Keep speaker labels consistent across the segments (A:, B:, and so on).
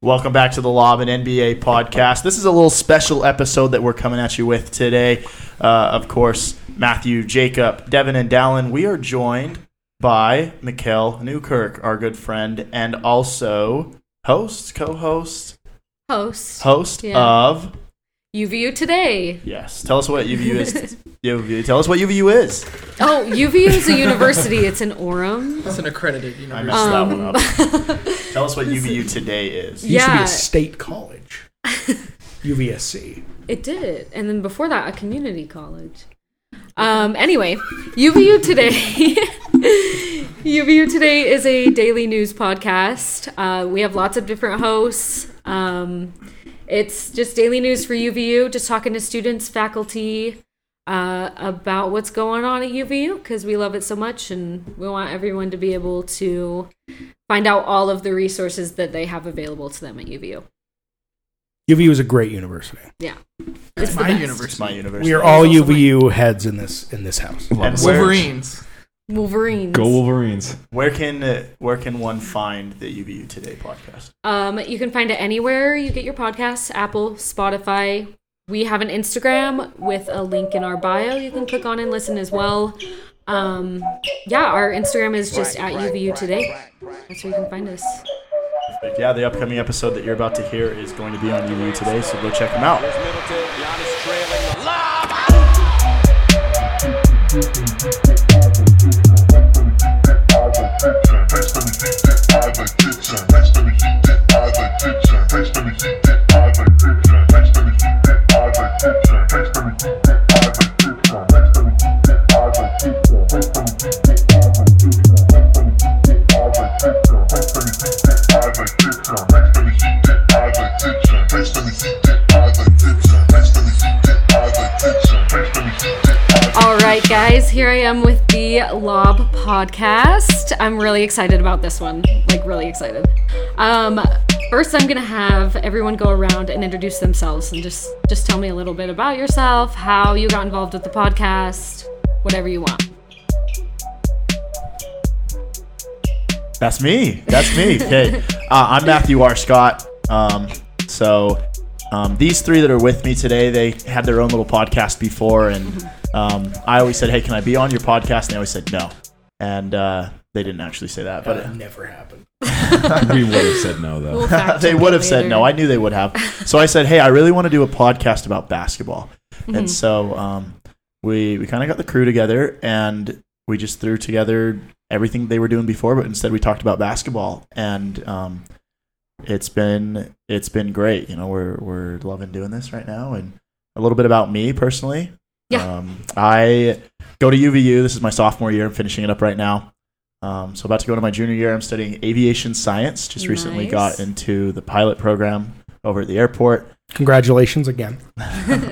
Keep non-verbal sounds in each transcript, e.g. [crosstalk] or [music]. A: Welcome back to the Lob and NBA podcast. This is a little special episode that we're coming at you with today. Uh, of course, Matthew, Jacob, Devin, and Dallin. We are joined by Mikkel Newkirk, our good friend, and also host, co-host,
B: host
A: host
B: Yeah.
A: of
B: UVU today.
A: yes. Tell us what UVU is.
C: [laughs]
A: UVU, tell us what UVU is.
B: Oh, UVU is a university. It's in [laughs] Orem.
D: It's an accredited
A: I
D: university.
A: messed
C: Um,
A: that
C: [laughs]
A: one up. Tell us what UVU today is.
D: It used to be
B: Yeah.
D: a state college. UVSC.
B: It did, and then before that, a community college. Um. Anyway, UVU today. [laughs] UVU today is a daily news podcast. Uh, we have lots of different hosts. Um, it's just daily news for UVU, just talking to students, faculty. Uh, about what's going on at UVU because we love it so much and we want everyone to be able to find out all of the resources that they have available to them at UVU.
C: UVU is a great university.
B: Yeah.
D: It's
B: the
D: my
B: best.
D: university.
A: It's my university.
C: We are all
D: Also my-
C: UVU heads in this in this house.
A: And where-
D: Wolverines.
B: Wolverines.
E: Go Wolverines.
A: Where can uh, where can one find the UVU Today podcast?
B: Um, you can find it anywhere you get your podcasts Apple, Spotify. We have an Instagram with a link in our bio you can click on and listen as well. Um, yeah, our Instagram is just at UVU today. That's where you can find us.
A: But yeah, the upcoming episode that you're about to hear is going to be on UVU Today, so go check them out.
F: Middleton, Giannis trailing the lob.
B: All right, guys, here I am with the Lob podcast. I'm really excited about this one. Like, really excited. Um, first, I'm gonna have everyone go around and introduce themselves and just just tell me a little bit about yourself, how you got involved with the podcast, whatever you want.
A: That's me. That's me. Okay. Uh, I'm Matthew R. Scott. Um, so um, these three that are with me today, they had their own little podcast before, and um, I always said, "Hey, can I be on your podcast?" And they always said no, and uh, they didn't actually say that, but
C: That never happened.
E: [laughs] [laughs] we would have said no
A: [laughs]
E: though.
B: We'll fact
A: they
B: check
A: would
B: it
A: have said
B: later.
A: no. I knew they would have. So I said, "Hey, I really want to do a podcast about basketball." And so um, we we kind of got the crew together and we just threw together everything they were doing before, but instead we talked about basketball and um, it's been it's been great. You know, we're we're loving doing this right now and a little bit about me personally.
B: Yeah.
A: Um, I go to UVU. This is my sophomore year. I'm finishing it up right now. Um, so about to go to my junior year. I'm studying aviation science. Just recently
B: Nice.
A: got into the pilot program over at the
B: [laughs]
A: airport, [laughs]
C: Congratulations again.
E: [laughs]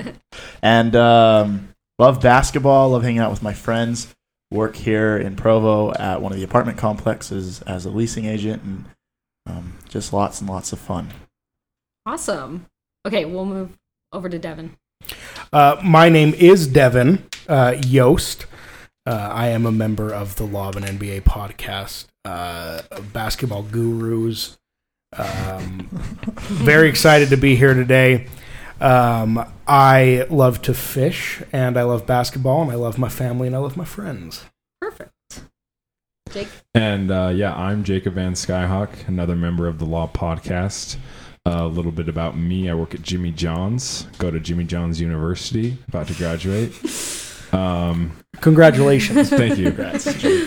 A: and um, love basketball. Love hanging out with my friends. Work here in Provo at one of the apartment complexes as a leasing agent, and um, just lots and lots of fun.
B: Awesome. Okay, we'll move over to Devin.
C: Uh, my name is Devin uh, Yost. Uh, I am a member of the Law and NBA podcast, uh, basketball gurus.
A: [laughs]
C: Um, very excited to be here today. Um, I love to fish, and I love basketball, and I love my family, and I love my friends.
B: Perfect. Jake.
E: And uh, yeah, I'm Jacob Van Skyhawk, another member of the Law Podcast. Uh, a little bit about me: I work at Jimmy John's. Go to Jimmy John's University. About to graduate. Um,
B: [laughs]
C: Congratulations.
E: thank you.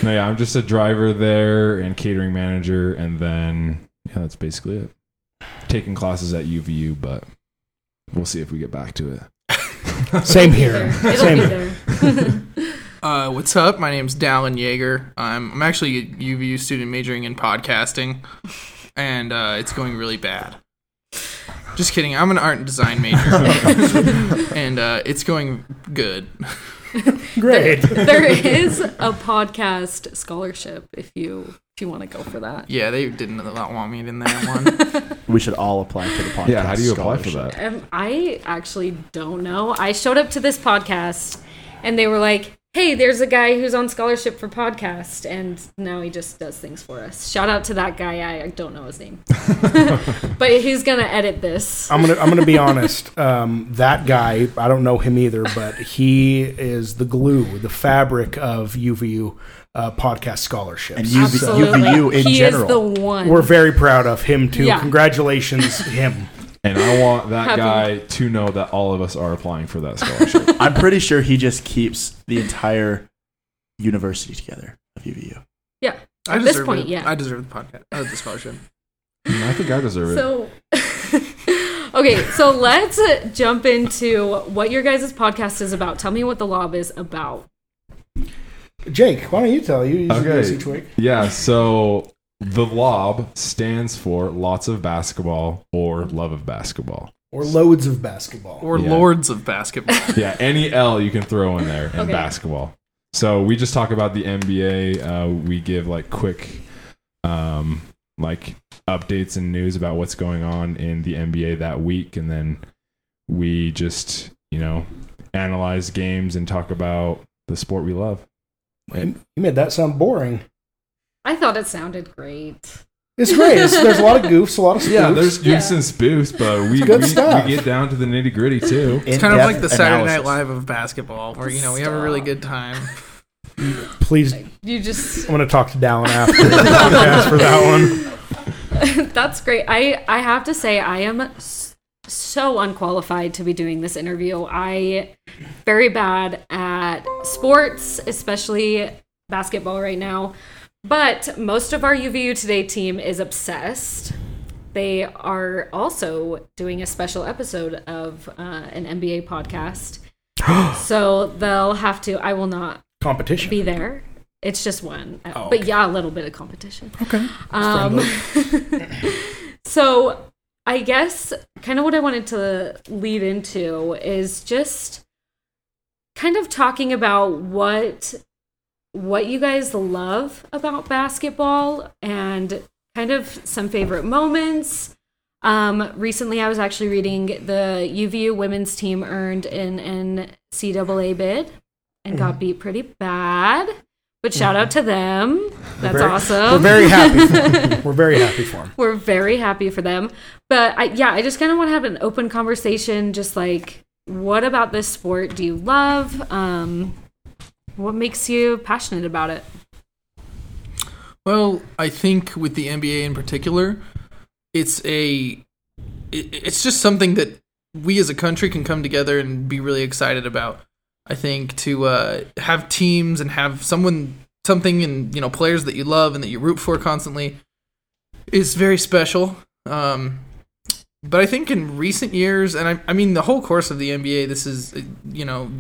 E: No, yeah, I'm just a driver there and catering manager, and then yeah, that's basically it. Taking classes at UVU, but we'll see if we get back to it.
C: Same here.
B: It'll
C: Same
B: be
C: here.
B: there. [laughs]
D: Uh, what's up? My name's Dallin Yeager. I'm, I'm actually a UVU student majoring in podcasting, and uh, it's going really bad. Just kidding. I'm an art and design major, and uh, it's going good.
C: Great.
B: there is a podcast scholarship if you if you want to go for that.
D: Yeah, they didn't want me in that
B: [laughs]
D: one.
A: We should all apply for the podcast.
E: Yeah, how do you apply for
A: scholarship.
E: that?
B: Um, I actually don't know. I showed up to this podcast and they were like, hey, there's a guy who's on scholarship for podcast, and now he just does things for us. Shout out to that guy. I don't know
A: [laughs]
B: his name, [laughs]
E: [laughs]
B: but he's gonna edit this.
C: I'm gonna I'm gonna be honest. Um, that guy, I don't know him either, but he is the glue, the fabric of UVU uh, podcast scholarships.
A: And UV
B: Absolutely,
A: UVU in
B: he
A: general.
B: is the one.
C: We're very proud of him too.
B: Yeah. [laughs]
C: Congratulations, him.
E: And I want that
B: Happy-
E: guy to know that all of us are applying for that scholarship.
A: [laughs] I'm pretty sure he just keeps the entire university together of UVU.
B: yeah.
D: I
B: At this
D: deserve
B: point,
D: it.
B: yeah.
D: I deserve the podcast. Uh, the scholarship.
E: Mm, [laughs] I think I deserve it.
B: So, [laughs] okay, so let's uh, jump into what your guys' podcast is about. Tell me what the lob is about.
C: Jake, why don't you tell you? You usually do this
E: Okay.
C: each week.
E: Yeah, so the lob stands for lots of basketball or love of basketball.
C: Or loads of basketball.
D: Or
E: Yeah.
D: Lords of Basketball.
E: Yeah, any L you can throw in there in
B: Okay.
E: basketball. So we just talk about the NBA. Uh, we give like quick, um, like updates and news about what's going on in the NBA that week, and then we just you know analyze games and talk about the sport we love.
C: You made that sound boring.
B: I thought it sounded great.
C: It's great. It's, there's a lot of goofs, a lot of spoofs.
E: Yeah, there's
B: Yeah.
E: goofs and spoofs, but we,
C: good
E: we,
C: stuff.
E: we get down to the nitty gritty
C: [laughs]
E: too.
D: It's kind of like the Saturday Night Live of basketball, where you know we have a really
B: Stop.
D: good time.
C: Please, I'm
B: You just
C: gonna talk to Dallin after
B: [laughs]
C: the podcast for that one.
B: that's great. I I have to say I am s- so unqualified to be doing this interview. I very bad at sports, especially basketball right now. But most of our UVU Today team is obsessed. They are also doing a special episode of uh, an NBA
C: [gasps]
B: podcast. so they'll have to, I will not
C: Competition.
B: be there. It's just one.
C: Oh,
B: But
C: okay.
B: yeah, a little bit of competition.
C: Okay.
B: Um, so I guess kind of what I wanted to lead into is just kind of talking about what what you guys love about basketball and kind of some favorite moments. Um, recently, I was actually reading the UVU women's team earned an NCAA bid and got
C: Mm-hmm.
B: beat pretty bad. But shout out to them. That's
C: very-
B: awesome
C: Mm-hmm. We're very happy. For
B: [laughs]
C: him. We're very happy for him.
B: we're very happy for them. But I, yeah, I just kind of want to have an open conversation. Just like, what about this sport do you love? Um, what makes you passionate about it?
D: Well, I think with the NBA in particular, it's a it, it's just something that we as a country can come together and be really excited about. I think to uh, have teams and have someone something and you know players that you love and that you root for constantly is very special. Um, but I think in recent years, and I, I mean the whole course of the NBA, this is uh, you know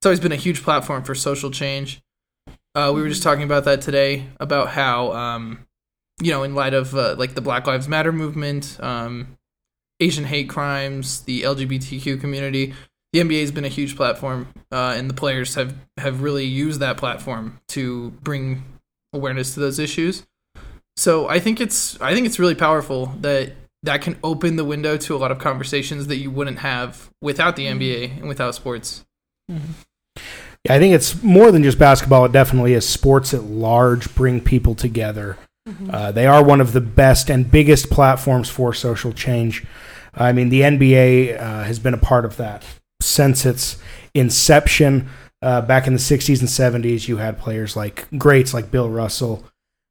D: it's always been a huge platform for social change. Uh, we were just talking about that today about how, um, you know, in light of uh, like the Black Lives Matter movement, um, Asian hate crimes, the LGBTQ community, the NBA has been a huge platform, uh, and the players have have really used that platform to bring awareness to those issues. So I think it's I think it's really powerful that that can open the window to a lot of conversations that you wouldn't have without the NBA and without sports.
C: Yeah, I think it's more than just basketball. It definitely is sports at large bring people together. Uh, they are one of the best and biggest platforms for social change. I mean, the NBA uh, has been a part of that since its inception. Uh, back in the 60s and 70s, you had players like greats like Bill Russell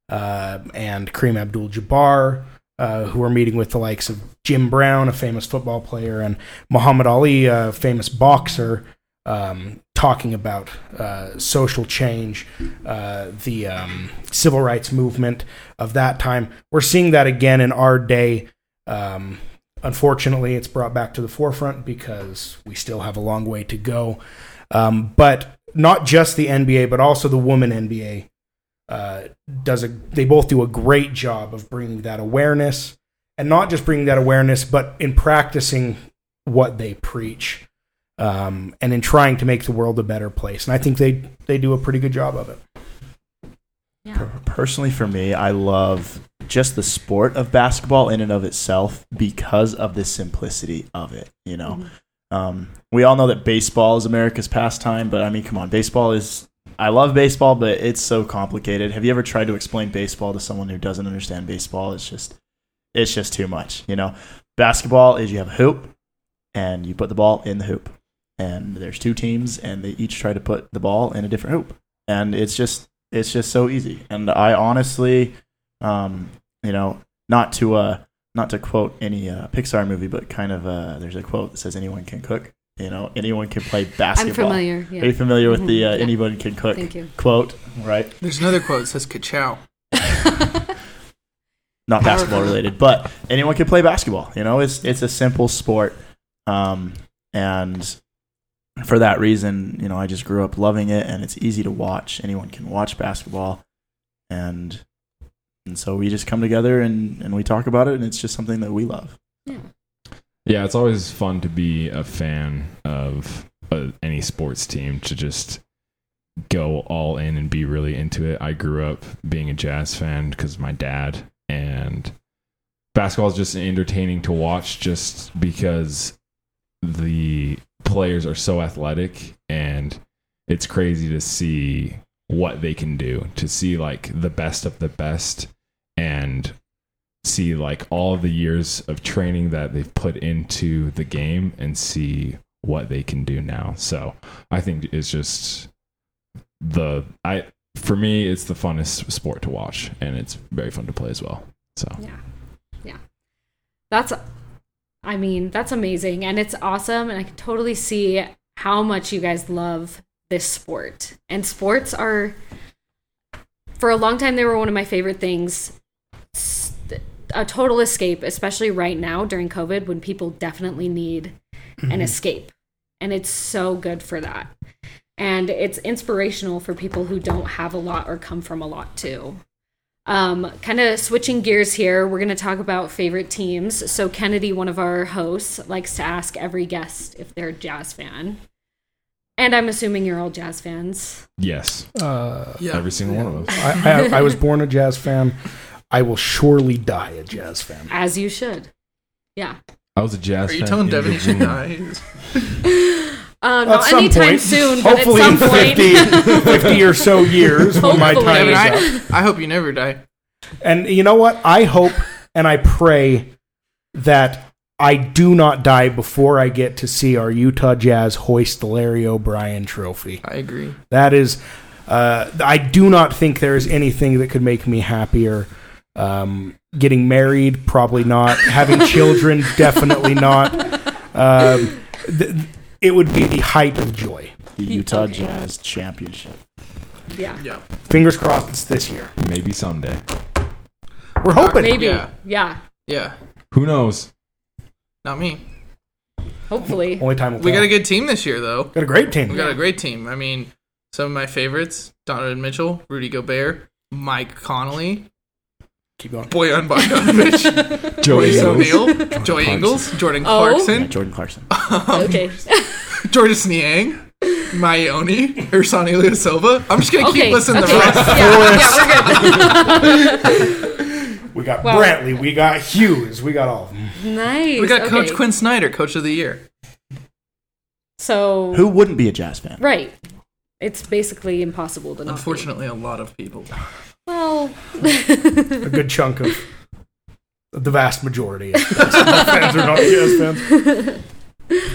C: uh, and Kareem Abdul Jabbar, uh, who were meeting with the likes of Jim Brown, a famous football player, and Muhammad Ali, a famous boxer, um, talking about uh, social change, uh, the um, civil rights movement of that time. We're seeing that again in our day. Um, unfortunately, it's brought back to the forefront because we still have a long way to go. Um, but not just the NBA, but also the women NBA uh, does a. They both do a great job of bringing that awareness, and not just bringing that awareness, but in practicing what they preach, um, and in trying to make the world a better place. And I think they they do a pretty good job of it.
B: Yeah.
A: Personally, for me, I love just the sport of basketball in and of itself because of the simplicity of it.
D: Mm-hmm.
A: You know, um, we all know that baseball is America's pastime, but I mean, come on, baseball is I love baseball, but it's so complicated. Have you ever tried to explain baseball to someone who doesn't understand baseball? It's just it's just too much, you know. Basketball is you have a hoop and you put the ball in the hoop. And there's two teams and they each try to put the ball in a different hoop. And it's just it's just so easy. And I honestly um, you know, not to uh not to quote any uh, Pixar movie, but kind of uh, there's a quote that says anyone can cook. You know, anyone can play
B: I'm
A: basketball.
B: familiar.
A: Are you
B: Yeah.
A: familiar with the uh,
B: Mhm. Yeah.
A: "anyone can cook"
B: Thank you.
A: quote? Right,
D: There's another quote that says "Kachow."
B: [laughs]
A: not
B: Power
A: basketball
B: move.
A: related, but anyone can play basketball. You know, it's it's a simple sport, um, and for that reason, you know, I just grew up loving it, and it's easy to watch. Anyone can watch basketball, and and so we just come together and and we talk about it, and it's just something that we love.
E: Yeah, it's always fun to be a fan of uh, any sports team to just go all in and be really into it. I grew up being a jazz fan because my dad and basketball is just entertaining to watch just because the players are so athletic and it's crazy to see what they can do to see like the best of the best and see like all the years of training that they've put into the game and see what they can do now. So I think it's just the I for me it's the funnest sport to watch and it's very fun to play as well. So
B: That's, I mean, that's amazing. And it's awesome. And I can totally see how much you guys love this sport. And sports are, for a long time, they were one of my favorite things. S- A total escape, especially right now during COVID when people definitely need an escape. And it's so good for that. And it's inspirational for people who don't have a lot or come from a lot too um, kind of switching gears here, we're going to talk about favorite teams. So, Kennedy, one of our hosts, likes to ask every guest if they're a jazz fan. And I'm assuming you're all jazz fans.
E: yes,
C: Uh,
D: Yeah,
E: every single one of us.
C: I, I, I was born a jazz fan. I will surely die a jazz fan.
B: As you should. Yeah.
E: I was a jazz
D: Are you
E: fan
D: telling
E: in the
D: Devin he should
E: room.
D: die? [laughs]
B: Uh,
C: At
B: not
C: some
B: anytime
C: point.
B: soon, but
C: Hopefully,
B: at some
C: in
B: point.
C: 50, 50 or so years when my
B: Hopefully.
C: time
D: Devin,
C: is up.
D: I, [laughs] I hope you never die.
C: And you know what? I hope and I pray that I do not die before I get to see our Utah Jazz hoist the Larry O'Brien trophy.
D: I agree.
C: That is, uh, I do not think there is anything that could make me happier. Um, getting married, probably
D: [laughs]
C: not. Having children, definitely not. Um, th- it would be the height of joy.
A: The Utah
B: okay.
A: Jazz Championship.
B: yeah.
D: Yeah.
C: Fingers crossed it's this year.
E: Maybe someday.
C: We're hoping.
B: Maybe. Yeah.
D: Yeah. Yeah.
E: Who knows?
D: Not me.
C: [laughs]
B: Hopefully.
C: Only time will
D: We
C: tell.
D: got a good team this year, though.
C: got a great
D: We
C: team.
D: got a great team. I mean, some of my favorites: Donovan Mitchell, Rudy Gobert, Mike Connolly,
C: Keep going.
D: Boyan Bogdanovich,
E: [laughs] Joe
D: Royce
E: Ingles. [laughs]
D: O'Neal, Joy Ingles, Jordan
B: Oh.
A: Yeah,
D: Clarkson,
A: Jordan Clarkson.
B: Okay.
D: Jordan Niang, Maioni, Ursani Silva. I'm just gonna
B: okay.
D: keep listening
B: okay.
D: to the rest.
B: yeah. yeah, we're good.
C: We got
B: Wow.
C: Brantley. We got Hughes. We got all of them.
B: [laughs] nice.
D: We got
B: okay.
D: Coach Quinn Snyder, Coach of the Year.
B: So,
A: Who wouldn't be a jazz fan?
B: right. It's basically impossible to not. be.
D: Unfortunately, a lot of people.
B: Well, [laughs]
C: A good chunk of the
D: [laughs]
C: vast majority of fans are not jazz fans.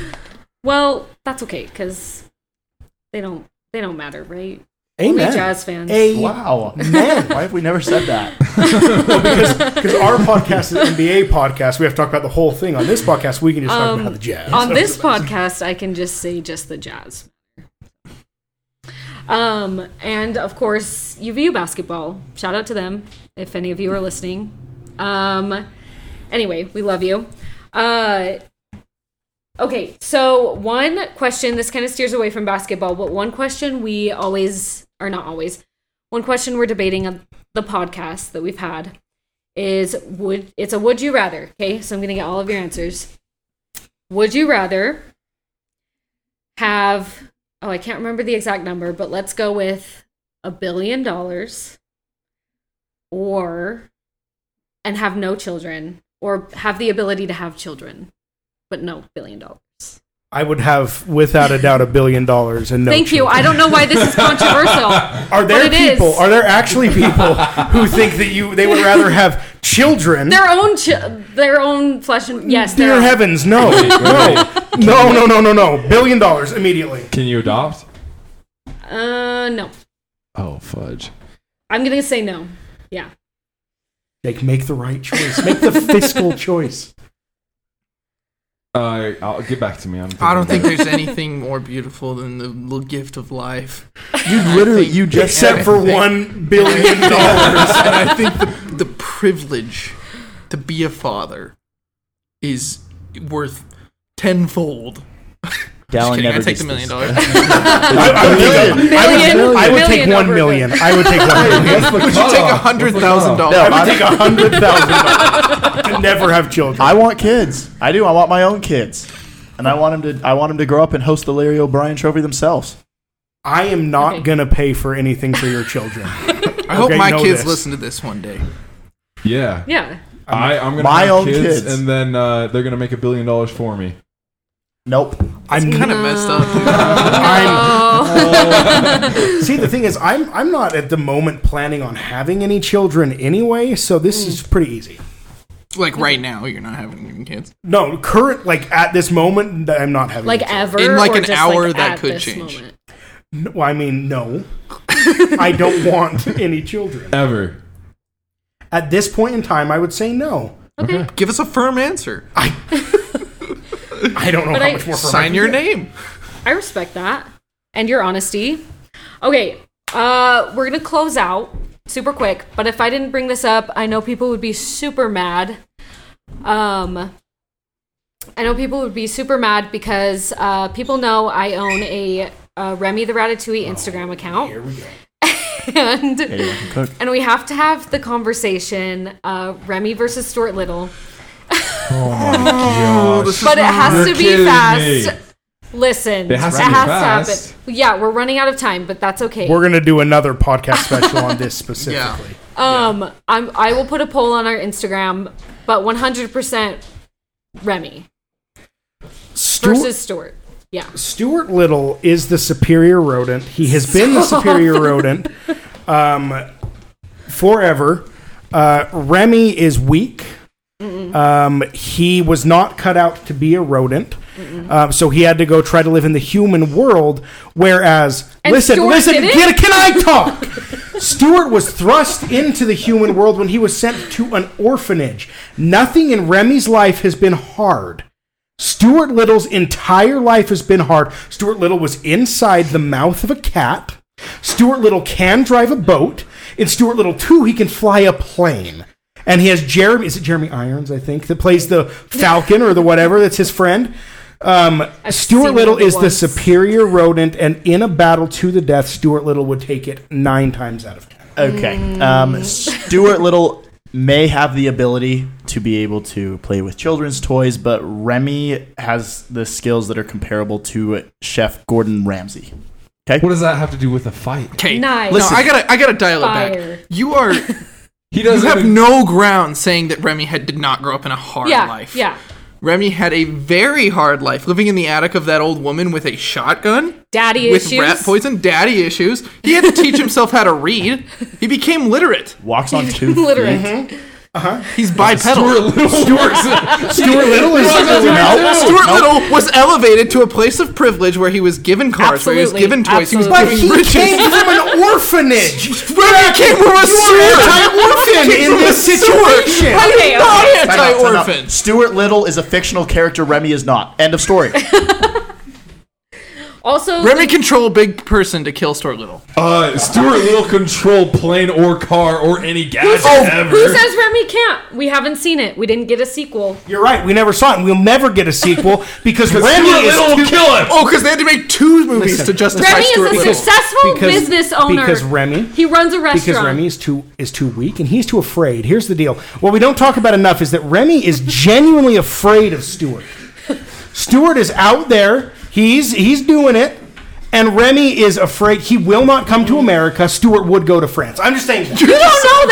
B: Well, that's okay because they don't they don't matter, right?
C: Amen.
B: Only jazz fans.
A: Wow.
C: Man.
A: Why have we never said [laughs] that?
C: Because our podcast is an NBA podcast. We have to talk about the whole thing. On this podcast, we can just talk
B: Um,
C: about the jazz.
B: On this podcast, I can just say just the jazz. Um, and of course, UVU basketball. Shout out to them if any of you are listening. Um, anyway, we love you. Uh, okay, so one question. This kind of steers away from basketball, but one question we always, or not always, one question we're debating on the podcast that we've had is would it's a would you rather? Okay, so I'm gonna get all of your answers. Would you rather have, oh, I can't remember the exact number, but let's go with a billion dollars or, and have no children or have the ability to have children, but no billion dollars?
C: I would have, without a doubt, a billion dollars and no.
B: Thank you.
C: children.
B: I don't know why this is controversial.
C: [laughs] Are there
B: But it
C: people?
B: is.
C: Are there
A: [laughs]
C: actually people who think that you they would rather have children?
B: Their own, ch- their own flesh and yes, their
C: Dear
B: own.
C: heavens,
E: Oh,
C: no, no,
D: [laughs]
C: no, no, no, no, no! Billion dollars immediately.
E: Can you adopt?
B: Uh, no.
E: Oh fudge!
B: I'm gonna say no. Yeah.
C: Like, make the right choice. Make the fiscal choice.
E: Uh, I'll get back to me. I'm
D: I don't think
E: thinking about
B: [laughs]
E: it.
D: there's anything more beautiful than the little gift of life.
A: You literally, you just
C: Except for one
D: [laughs]
C: billion dollars.
D: and I think the, the privilege to be a father is worth tenfold. Just
A: Dallin
D: kidding, I
A: never
D: take
A: gets
D: the million
A: this.
D: dollars.
A: [laughs]
C: [laughs] I would take, a-
B: Million,
C: I would, I would
B: million
C: take one
B: over [laughs]
C: million. I would take one million.
D: Would you take a hundred thousand
A: No,
D: dollars?
C: I would
A: I,
C: take a hundred thousand dollars to never have children.
A: I want kids. I do. I want my own kids, and I want them to. I want them to grow up and host the Larry O'Brien Trophy themselves.
C: I am not
B: Okay.
C: gonna pay for anything for
B: [laughs]
C: your children.
D: I hope
C: Okay,
D: my
C: know
D: kids
C: this.
D: listen to this one day.
E: Yeah,
B: Yeah.
E: I, I'm gonna
A: My
E: have
A: own
E: kids,
A: kids.
E: and then uh, they're gonna make a billion dollars for me.
A: Nope.
C: I'm
D: Kind of messed up. [laughs]
B: Uh,
C: I'm, see, the thing is, I'm I'm not at the moment planning on having any children anyway, so this
B: Hmm.
C: is pretty easy.
D: like right now, you're not having any kids.
C: No, current like at this moment, I'm not having.
B: Like
C: any children.
B: ever.
D: In, like,
B: or
D: an
B: just,
D: hour,
B: like,
D: that
B: at
D: could
B: this
D: change.
B: moment?
C: No, I
B: [laughs]
C: mean, no, I don't want any children
E: Ever.
C: at this point in time. I would say no.
B: Okay.
D: Give us a firm answer.
C: I don't know
B: But
C: how
B: I-
C: much more. firm I
D: Sign
C: can
D: your
C: get.
D: name.
B: I respect that and your honesty. Okay, uh, we're gonna close out super quick. But if I didn't bring this up, I know people would be super mad. Um, I know people would be super mad because uh, people know I own a uh, Remy the Ratatouille Instagram account. Here we go. [laughs] and and we have to have the conversation uh, Remy versus Stuart Little, but it has to be fast. Listen,
E: It has to be fast.
B: happen. Yeah, we're running out of time, but that's okay.
C: We're gonna do another podcast special on [laughs] this specifically.
B: um, I'm, I will put a poll on our Instagram, but 100% Remy
C: Stuart,
B: versus Stuart. Yeah.
C: Stuart Little is the superior rodent. He has been the superior rodent um, forever. Uh, Remy is weak. Um, he was not cut out to be a rodent, um, so he had to go try to live in the human world. Whereas,
B: And
C: listen,
B: Stuart
C: listen,
B: didn't?
C: can, can I
B: [laughs]
C: talk? Stuart was thrust into the human world when he was sent to an orphanage. Nothing in Remy's life has been hard. Stuart Little's entire life has been hard. Stuart Little was inside the mouth of a cat. Stuart Little can drive a boat. In Stuart Little 2, he can fly a plane. And he has Jeremy, is it Jeremy Irons, I think, that
B: [laughs]
C: plays the Falcon or the whatever that's his friend? Um,
B: seen
C: Stuart Little
B: it
C: is the
B: once.
C: superior rodent, and in a battle to the death, Stuart Little would take it nine times out of ten.
A: Okay. Um, Stuart Little may have the ability to be able to play with children's toys, but Remy has the skills that are comparable to Chef Gordon Ramsay.
E: What does that have to do with a fight?
D: Okay.
B: Nice.
D: No,
A: Listen.
D: I gotta, I gotta dial it
B: Fire.
D: back. You are,
E: He
D: you
E: doesn't
D: have
E: even-
D: no ground saying that Remy had did not grow up in a hard
B: yeah.
D: life.
B: Yeah.
D: Remy had a very hard life, living in the attic of that old woman with a shotgun,
B: Daddy
D: with
B: issues.
D: rat
B: [laughs]
D: poison, daddy issues. He had to teach himself how to read. He became literate.
A: Walks on
B: [laughs]
A: two
B: Literate.
A: feet.
D: He's bipedal. Stuart,
C: Stuart Little is
D: Little was elevated to a place of privilege where he was given cars, where he was
B: Absolutely.
D: given toys,
C: But
B: Absolutely.
D: he
C: he
D: was given
C: came
D: riches.
C: from an orphanage.
D: [laughs]
B: [laughs]
D: Remy came from a sewer.
C: Anti-orphan
D: Came
C: in
D: from
C: this
D: a sewer.
C: situation.
D: I
B: Okay,
D: am not
A: Time out, time out.
D: anti-orphan.
A: Stuart Little is a fictional character. Remy is not. End of story.
B: Also,
D: Remy control big person to kill Stuart Little.
E: Uh, Stuart Little control plane or car or any gadget ever.
B: who says Remy can't? We haven't seen it. We didn't get a sequel.
C: You're right. We never saw it. and We'll never get a sequel because Remy
E: Stuart
C: is
E: Little will
C: too-
E: kill him.
D: Oh, because they had to make two movies
C: Listen,
D: to justify
B: Remy
D: Stuart
B: is a
D: Little.
B: successful
C: Because-
B: business owner.
C: because Remy-
B: He runs a restaurant.
C: because Remy is too is too weak and he's too afraid. Here's the deal. What we don't talk about enough is that
B: [laughs]
C: Remy is genuinely afraid of Stuart. Stuart is out there. He's he's doing it. And Remy is afraid he will not come to America. Stuart would go to France. I'm just saying.
B: [laughs]
C: that.
B: You don't know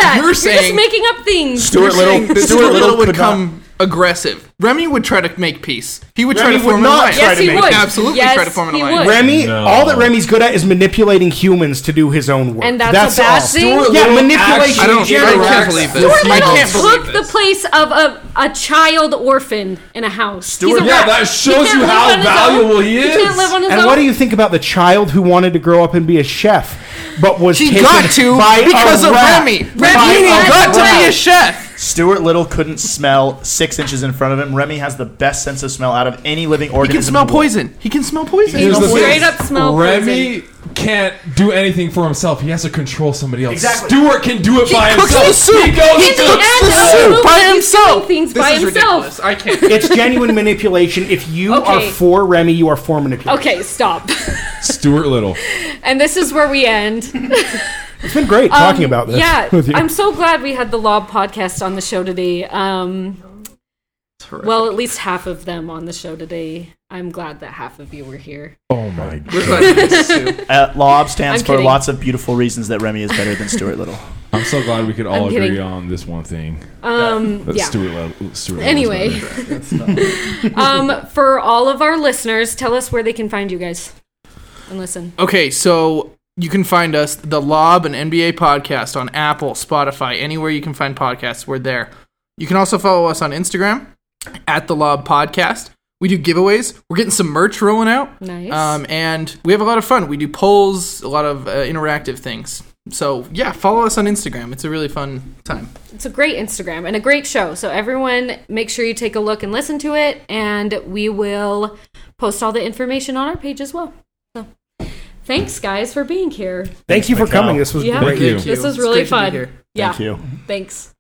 B: that.
D: You're
B: You're,
D: saying-
B: just making up things.
A: Stuart
D: You're saying
A: Little.
D: that
A: Stuart Little
D: would
A: could
D: come aggressive. Remy would try to make peace. He would
C: Remy
D: try to
C: would
D: form
C: not
D: an alliance.
C: try
B: Yes,
C: to
B: he
C: make-
B: would.
D: Absolutely
B: yes,
D: try to form an
B: he
D: alliance.
B: would.
C: Remy,
E: No.
C: all that Remy's good at is manipulating humans to do his own work.
B: And that's,
A: That's
B: a bad thing.
A: awesome.
C: yeah,
A: Little
C: manipulation.
A: action
D: I don't. I can't
C: generates-
D: believe
A: Stuart
D: this. I
B: Little
D: can't
B: took
D: believe
B: the
D: this.
B: place of a, a child orphan in a house.
A: Stuart-
B: He's a
E: Yeah,
B: rat.
E: that
B: He
E: shows
B: can't
E: you
B: live
E: how
B: on his own.
E: valuable he
B: He
E: is.
B: can't live on his
C: And
B: own.
C: what do you think about the child who wanted to grow up and be a chef, but was
D: He
C: taken
D: got to
C: by a
D: because of
C: rat?
D: Remy.
C: By
D: Remy
C: a
D: got to be a
C: rat.
D: chef.
A: Stuart Little couldn't smell six inches in front of him. Remy has the best sense of smell out of any living
D: He
A: organism.
D: can smell
A: in the world.
D: poison. He can smell poison.
A: Here's the
B: Straight up smell
E: Remy can't do anything for himself. He has to control somebody else.
A: Exactly.
E: Stuart can do it by
D: cooks
E: himself.
D: the soup.
E: He goes
B: He's
E: to
B: an adult
C: soup
B: who
C: by
B: keeps
D: himself.
B: doing things
D: This
B: by
D: is
B: himself.
D: ridiculous. I can't.
C: It's genuine manipulation. If you
B: Okay.
C: are for Remy, you are for manipulation.
B: Okay, stop. [laughs]
E: Stuart Little.
B: and this is where we end.
C: It's been great talking about this.
B: Um, Yeah,
C: with you.
B: I'm so glad we had the Lob podcast on the show today. Um, well, at least half of them on the show today. I'm glad that half of you were here.
E: Oh my god.
D: We're glad you did [laughs] this too.
A: Uh, Lob stands
B: I'm
A: for
B: kidding.
A: lots of beautiful reasons that Remy is better than Stuart Little.
E: I'm so glad we could all
B: I'm
E: agree
B: kidding.
E: on this one thing.
B: Um,
E: That
B: yeah.
E: Stuart Little. Stuart Little's
B: Anyway,
E: better.
B: um, [laughs] for all of our listeners, tell us where they can find you guys and listen.
D: Okay, so you can find us, the Lob and NBA podcast, on Apple, Spotify, anywhere you can find podcasts. We're there. You can also follow us on Instagram at the Lob Podcast. We do giveaways. We're getting some merch rolling out.
B: Nice.
D: Um, and we have a lot of fun. We do polls, a lot of uh, interactive things. So yeah, follow us on Instagram. It's a really fun time.
B: It's a great Instagram and a great show. So everyone, make sure you take a look and listen to it, and we will post all the information on our page as well. So, thanks guys for being here.
C: Thank you for
A: Mikhail.
C: coming. This was
B: Yeah.
C: great.
E: you.
B: This is
D: It's
B: really
D: great to be
B: fun.
D: here.
B: Yeah.
A: Thank you.
B: Thanks.